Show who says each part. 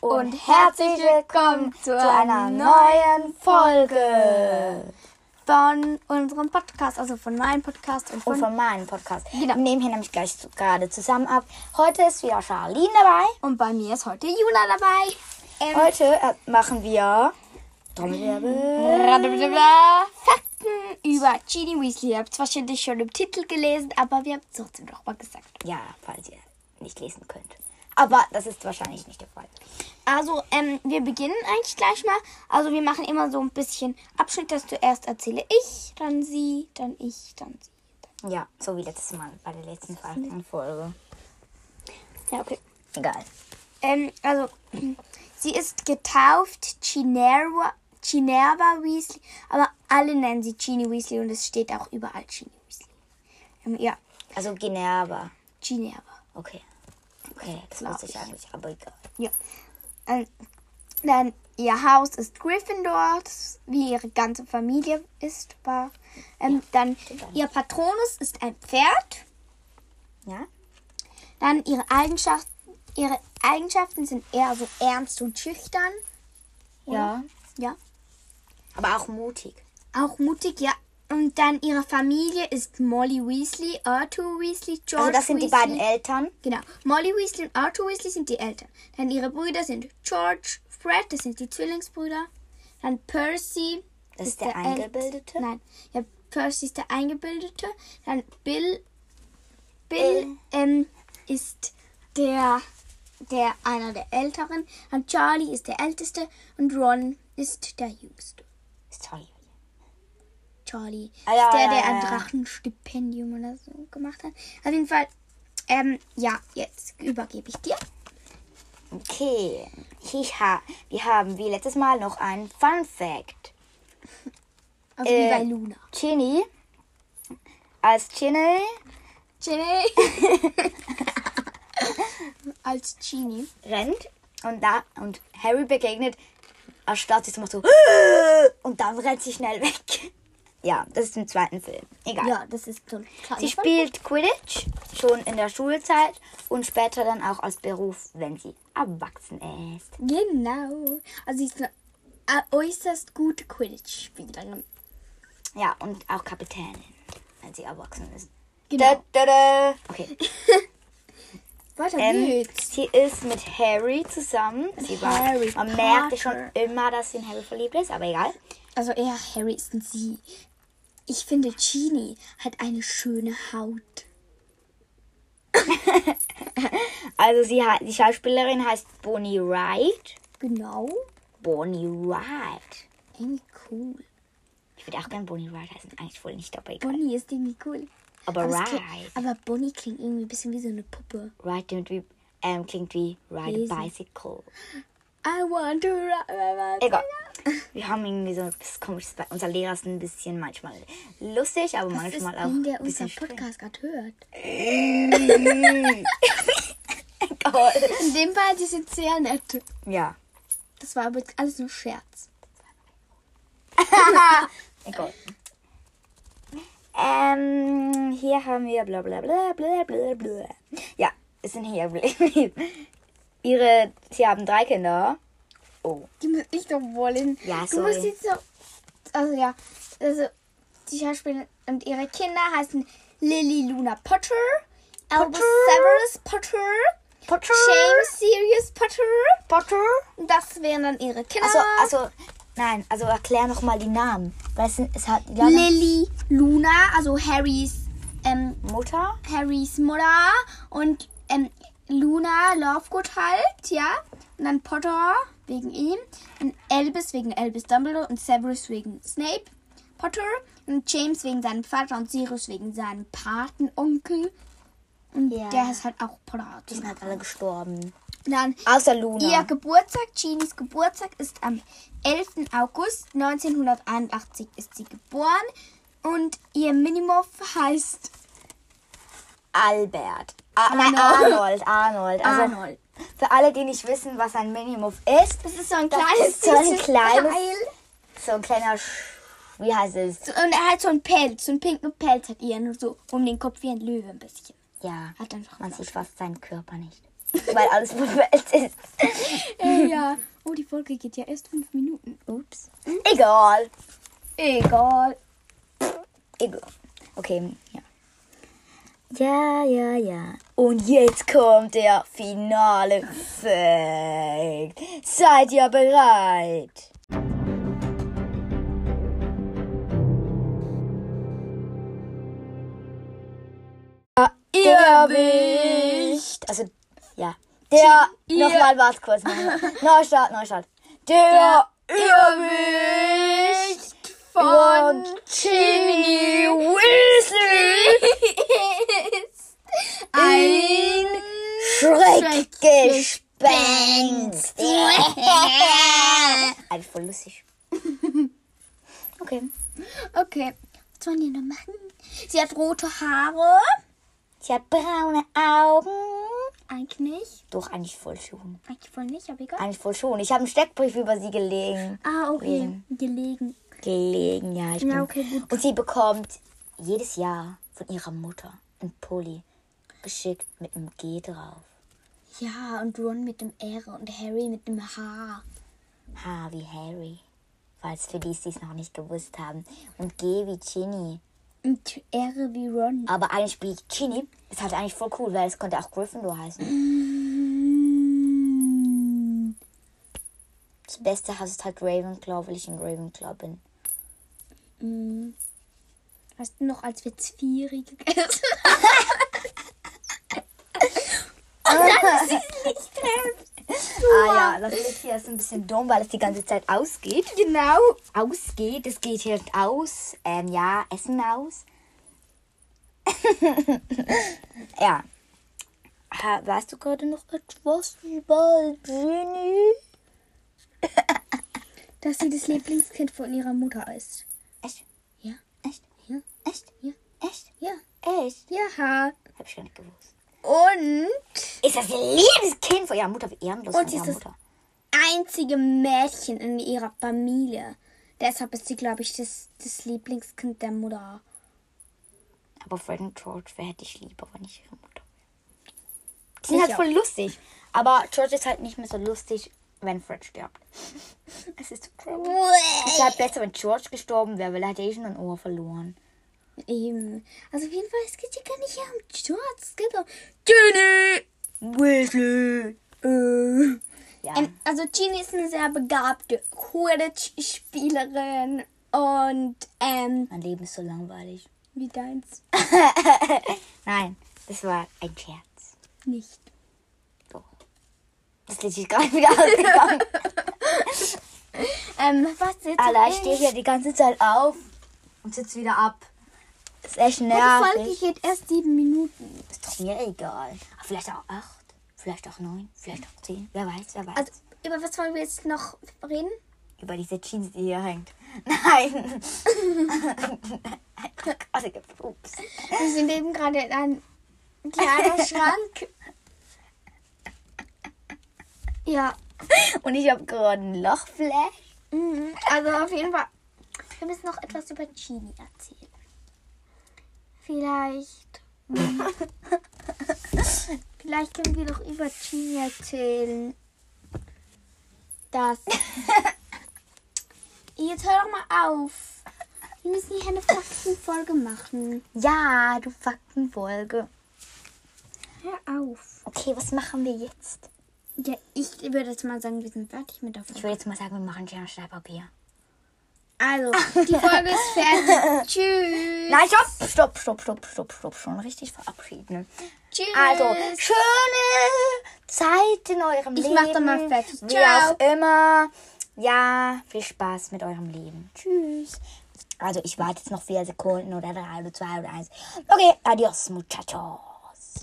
Speaker 1: und herzlich willkommen zu einer neuen Folge
Speaker 2: von unserem Podcast, also von meinem Podcast und
Speaker 1: und
Speaker 2: von,
Speaker 1: von meinem Podcast.
Speaker 2: Genau.
Speaker 1: Wir nehmen hier nämlich gleich zu, gerade zusammen ab. Heute ist wieder Charlene dabei.
Speaker 2: und bei mir ist heute Juna dabei. Ähm,
Speaker 1: Heute äh, machen wir Trommelwirbel.
Speaker 2: blablabla, Fakten über Ginny Weasley. Ihr habt es wahrscheinlich schon im Titel gelesen, aber wir haben es trotzdem nochmal gesagt.
Speaker 1: Ja, falls ihr nicht lesen könnt. Aber das ist wahrscheinlich nicht der Fall.
Speaker 2: Also, ähm, wir beginnen eigentlich gleich mal. Also, wir machen immer so ein bisschen Abschnitt, dass zuerst erzähle ich, dann sie, dann ich, dann sie.
Speaker 1: Ja, so wie letztes Mal bei der letzten Folge.
Speaker 2: Ja, okay.
Speaker 1: Egal.
Speaker 2: Ähm, also, sie ist getauft Ginevra, Ginevra Weasley, aber alle nennen sie Ginny Weasley und es steht auch überall Ginny Weasley. Ähm, ja,
Speaker 1: Also Generva.
Speaker 2: Ginevra.
Speaker 1: Okay. Okay, das
Speaker 2: Glaub
Speaker 1: wusste ich
Speaker 2: ich.
Speaker 1: eigentlich, aber egal.
Speaker 2: Ja. Ähm, dann ihr Haus ist Gryffindor, das wie ihre ganze Familie ist, war. Ähm, dann ihr Patronus ist ein Pferd.
Speaker 1: Ja?
Speaker 2: Dann ihre Eigenschaften, ihre Eigenschaften sind eher so ernst und schüchtern.
Speaker 1: Ja.
Speaker 2: Ja.
Speaker 1: Aber auch mutig.
Speaker 2: Auch mutig, ja. Und dann ihre Familie ist Molly Weasley, Arthur Weasley, George
Speaker 1: Also das sind die
Speaker 2: Weasley.
Speaker 1: beiden Eltern.
Speaker 2: Genau. Molly Weasley und Arthur Weasley sind die Eltern. Dann ihre Brüder sind George, Fred, das sind die Zwillingsbrüder. Dann Percy.
Speaker 1: Das ist der
Speaker 2: Ält-
Speaker 1: Eingebildete?
Speaker 2: Nein. Ja, Percy ist der Eingebildete. Dann Bill. Bill ähm, ist der, der einer der Älteren. Dann Charlie ist der Älteste. Und Ron ist der Jüngste.
Speaker 1: Ist toll.
Speaker 2: Charlie.
Speaker 1: Ah, ja,
Speaker 2: ist der,
Speaker 1: ja,
Speaker 2: der
Speaker 1: ja,
Speaker 2: ein
Speaker 1: ja.
Speaker 2: Drachenstipendium oder so gemacht hat. Auf jeden Fall, ähm, ja, jetzt übergebe ich dir.
Speaker 1: Okay. Hiha. Wir haben wie letztes Mal noch einen Fun Fact.
Speaker 2: Also
Speaker 1: Äh.
Speaker 2: wie bei Luna.
Speaker 1: Ginny, als Ginny,
Speaker 2: Ginny. Als Genie.
Speaker 1: rennt und da und Harry begegnet, erstarrt sie so macht so und dann rennt sie schnell weg. Ja, das ist im zweiten Film. Egal.
Speaker 2: Ja, das ist so ein kleiner
Speaker 1: Sie
Speaker 2: Fall.
Speaker 1: spielt Quidditch schon in der Schulzeit und später dann auch als Beruf, wenn sie erwachsen ist.
Speaker 2: Genau. Also sie ist eine äh, äußerst gute Quidditch-Spielerin.
Speaker 1: Ja, und auch Kapitänin, wenn sie erwachsen ist.
Speaker 2: Genau.
Speaker 1: Da, da, da. Okay.
Speaker 2: Weiter
Speaker 1: Ähm,
Speaker 2: geht's.
Speaker 1: sie ist mit Harry zusammen. Sie war,
Speaker 2: Harry
Speaker 1: man merkte schon
Speaker 2: Potter.
Speaker 1: immer, dass sie in Harry verliebt ist, aber egal.
Speaker 2: Also eher Harry ist ein Sie. Ich finde, Genie hat eine schöne Haut.
Speaker 1: Also sie hei- die Schauspielerin heißt Bonnie Wright.
Speaker 2: Genau.
Speaker 1: Bonnie Wright.
Speaker 2: Irgendwie cool.
Speaker 1: Ich würde auch gerne Bonnie Wright heißen. Eigentlich wohl nicht, aber egal.
Speaker 2: Bonnie ist irgendwie cool.
Speaker 1: Aber
Speaker 2: Aber, es
Speaker 1: Wright.
Speaker 2: klingt, aber Bonnie klingt irgendwie ein bisschen wie so eine Puppe.
Speaker 1: Wright klingt wie, ähm, klingt wie Ride a
Speaker 2: Lesen.
Speaker 1: Bicycle.
Speaker 2: I want to ride.
Speaker 1: Egal. Wir haben irgendwie so etwas komisches bei unser Lehrer ist ein bisschen manchmal lustig, aber
Speaker 2: Das ist,
Speaker 1: manchmal auch
Speaker 2: wenn der
Speaker 1: ein bisschen
Speaker 2: unseren
Speaker 1: streng.
Speaker 2: Podcast gerade hört.
Speaker 1: Egal.
Speaker 2: In dem Fall, die sind sehr nett.
Speaker 1: Ja,
Speaker 2: Das war aber alles nur Scherz.
Speaker 1: egal. Ähm, hier haben wir bla bla bla bla bla bla. Ja, es sind hier geblieben. Ihre, sie haben drei Kinder. Oh,
Speaker 2: Die muss ich doch wollen.
Speaker 1: Ja,
Speaker 2: Du musst
Speaker 1: sorry.
Speaker 2: jetzt so. Also ja, also die Schauspielerin und ihre Kinder heißen Lily Luna Potter, Albus Severus Potter,
Speaker 1: Potter.
Speaker 2: James Sirius Potter.
Speaker 1: Potter.
Speaker 2: Und das wären dann ihre Kinder.
Speaker 1: Also, also, nein, also erklär noch mal die Namen. Weil es, sind- es hat die Lana-
Speaker 2: Lily Luna, also Harrys ähm,
Speaker 1: Mutter.
Speaker 2: Harrys Mutter und ähm, Luna Lovegood halt, ja. Und dann Potter wegen ihm. Und Albus wegen Albus Dumbledore und Severus wegen Snape. Potter und James wegen seinem Vater und Sirius wegen seinem Patenonkel. Und
Speaker 1: Ja.
Speaker 2: der ist halt auch Potter.
Speaker 1: Die sind halt alle gestorben.
Speaker 2: Dann
Speaker 1: Außer Luna.
Speaker 2: ihr Geburtstag, Ginis Geburtstag ist am 11. August 1981 ist sie geboren. Und ihr Minimoff heißt
Speaker 1: Albert. Ah, nein,
Speaker 2: Arnold.
Speaker 1: Arnold. Arnold. Also,
Speaker 2: Arnold.
Speaker 1: Für alle, die nicht wissen, was ein Minimuff ist,
Speaker 2: Das ist so ein
Speaker 1: Das
Speaker 2: kleines
Speaker 1: ist so ein
Speaker 2: süßes
Speaker 1: kleines-
Speaker 2: Teil.
Speaker 1: so ein kleiner, Sch wie heißt es?
Speaker 2: So, Und er hat so einen Pelz, so einen pinken Pelz hat er, nur so um den Kopf wie ein Löwe ein bisschen.
Speaker 1: Ja,
Speaker 2: Hat einfach
Speaker 1: man sieht fast seinen Körper nicht, weil alles bewältigt ist.
Speaker 2: Äh, ja. Folge geht ja erst fünf Minuten. Ups.
Speaker 1: Egal.
Speaker 2: Egal.
Speaker 1: Egal. Okay, ja. Ja, ja, ja. Und jetzt kommt der finale Fact. Seid ihr bereit? Ja, Ihr Wicht. Also, ja. Der.
Speaker 2: Ihr-
Speaker 1: Nochmal, warte kurz. nochmal. Neustart, Neustart. Der. Irrwicht von Jimmy Weasley
Speaker 2: ist ein
Speaker 1: Schreckgespenst. Eigentlich voll lustig. Okay.
Speaker 2: Okay, was wollen die noch machen? Sie hat rote Haare.
Speaker 1: Sie hat braune Augen.
Speaker 2: Eigentlich nicht.
Speaker 1: Doch, eigentlich voll schon.
Speaker 2: Eigentlich wohl nicht, aber egal.
Speaker 1: Eigentlich voll schon. Ich habe einen Steckbrief über sie gelegen.
Speaker 2: Ah, okay. Gelegen.
Speaker 1: Gelegen, ja. Ich
Speaker 2: Ja,
Speaker 1: bin-
Speaker 2: okay, gut.
Speaker 1: Und sie bekommt jedes Jahr von ihrer Mutter einen Pulli geschickt mit einem G drauf.
Speaker 2: Ja, und Ron mit dem R und Harry mit dem H.
Speaker 1: H wie Harry. Falls für die, die es noch nicht gewusst haben. Und G wie Ginny.
Speaker 2: Und R wie Ron.
Speaker 1: Aber eigentlich wie Ginny ist halt eigentlich voll cool, weil es konnte auch Gryffindor heißen. Das beste Haus ist halt Ravenclaw, weil ich in Ravenclaw bin.
Speaker 2: Mhm. Weißt du noch, als wir Zwiebeln gegessen
Speaker 1: Ah ja, das Licht hier ist ein bisschen dumm, weil es die ganze Zeit ausgeht.
Speaker 2: Genau.
Speaker 1: Ausgeht, es geht hier aus. Ähm, ja, Essen aus. ja. Ha, weißt Ah, du gerade noch etwas über Ginny?
Speaker 2: Dass sie das Lieblingskind von ihrer Mutter ist.
Speaker 1: Echt?
Speaker 2: Ja,
Speaker 1: Echt?
Speaker 2: ja,
Speaker 1: Echt?
Speaker 2: ja,
Speaker 1: Echt?
Speaker 2: ja.
Speaker 1: Echt?
Speaker 2: Ja.
Speaker 1: Hab ich gar nicht gewusst.
Speaker 2: Und
Speaker 1: Ist das ihr liebes Kind von ihrer Mutter? Wie ehrenlos
Speaker 2: Und
Speaker 1: von ihrer
Speaker 2: dieses-
Speaker 1: Mutter.
Speaker 2: einzige Mädchen in ihrer Familie. Deshalb ist sie, glaube ich, das, das Lieblingskind der Mutter.
Speaker 1: Aber Fred und George, wer hätte ich lieber, wenn ich ihre Mutter wäre? Die sind
Speaker 2: Ich
Speaker 1: halt
Speaker 2: auch.
Speaker 1: voll lustig. Aber George ist halt nicht mehr so lustig, wenn Fred stirbt. Es ist so traurig. Es ist halt besser, wenn George gestorben wäre, weil er hat ja eh schon ein Ohr verloren.
Speaker 2: Eben. Also auf jeden Fall, es geht hier gar nicht um George. Es geht um Ginny.
Speaker 1: Weasley.
Speaker 2: Äh.
Speaker 1: Ja.
Speaker 2: Ähm, also Ginny ist eine sehr begabte Quidditch-Spielerin. Und ähm,
Speaker 1: mein Leben ist so langweilig.
Speaker 2: wie deins?
Speaker 1: Nein, das war ein Scherz.
Speaker 2: Nicht.
Speaker 1: Doch. Das Lied ist gerade wieder ausgegangen.
Speaker 2: Ähm, was jetzt?
Speaker 1: Alter, ich stehe Ah, hier die ganze Zeit auf und sitze wieder ab. Ist echt
Speaker 2: Die Folge
Speaker 1: nervig.
Speaker 2: geht erst sieben Minuten.
Speaker 1: Ist doch mir egal. Aber vielleicht auch acht, vielleicht auch neun, vielleicht auch zehn. Wer weiß, wer weiß.
Speaker 2: Also, über was wollen wir jetzt noch reden?
Speaker 1: Über diese Jeans, die hier hängt. Nein. Also, ups.
Speaker 2: Wir sind eben Also, gerade in einem Kleiderschrank. ja,
Speaker 1: Und ich habe gerade ein Lochflash.
Speaker 2: mhm. also auf jeden Fall. Wir müssen noch etwas über Genie erzählen. Vielleicht. Vielleicht können wir doch über Genie erzählen. Das. Jetzt hör doch mal auf. Wir müssen hier eine Faktenfolge machen.
Speaker 1: Ja, du Faktenfolge.
Speaker 2: Hör auf.
Speaker 1: Okay, was machen wir jetzt?
Speaker 2: Ja, ich würde jetzt mal sagen, wir sind fertig mit der
Speaker 1: Ich
Speaker 2: Folge.
Speaker 1: würde jetzt mal sagen, wir machen Schere, Stein, Papier.
Speaker 2: Also, die Folge ist fertig. Tschüss.
Speaker 1: Nein, stopp, stopp, stopp, stopp, stopp, stopp. Schon richtig verabschieden.
Speaker 2: Tschüss.
Speaker 1: Also, schöne Zeit in eurem
Speaker 2: Ich
Speaker 1: Leben.
Speaker 2: mach doch mal fertig.
Speaker 1: Wie
Speaker 2: Ciao.
Speaker 1: auch immer. Ja, viel Spaß mit eurem Leben. Tschüss. Also, ich warte jetzt noch vier Sekunden oder drei oder zwei oder eins. Okay, adios, muchacho.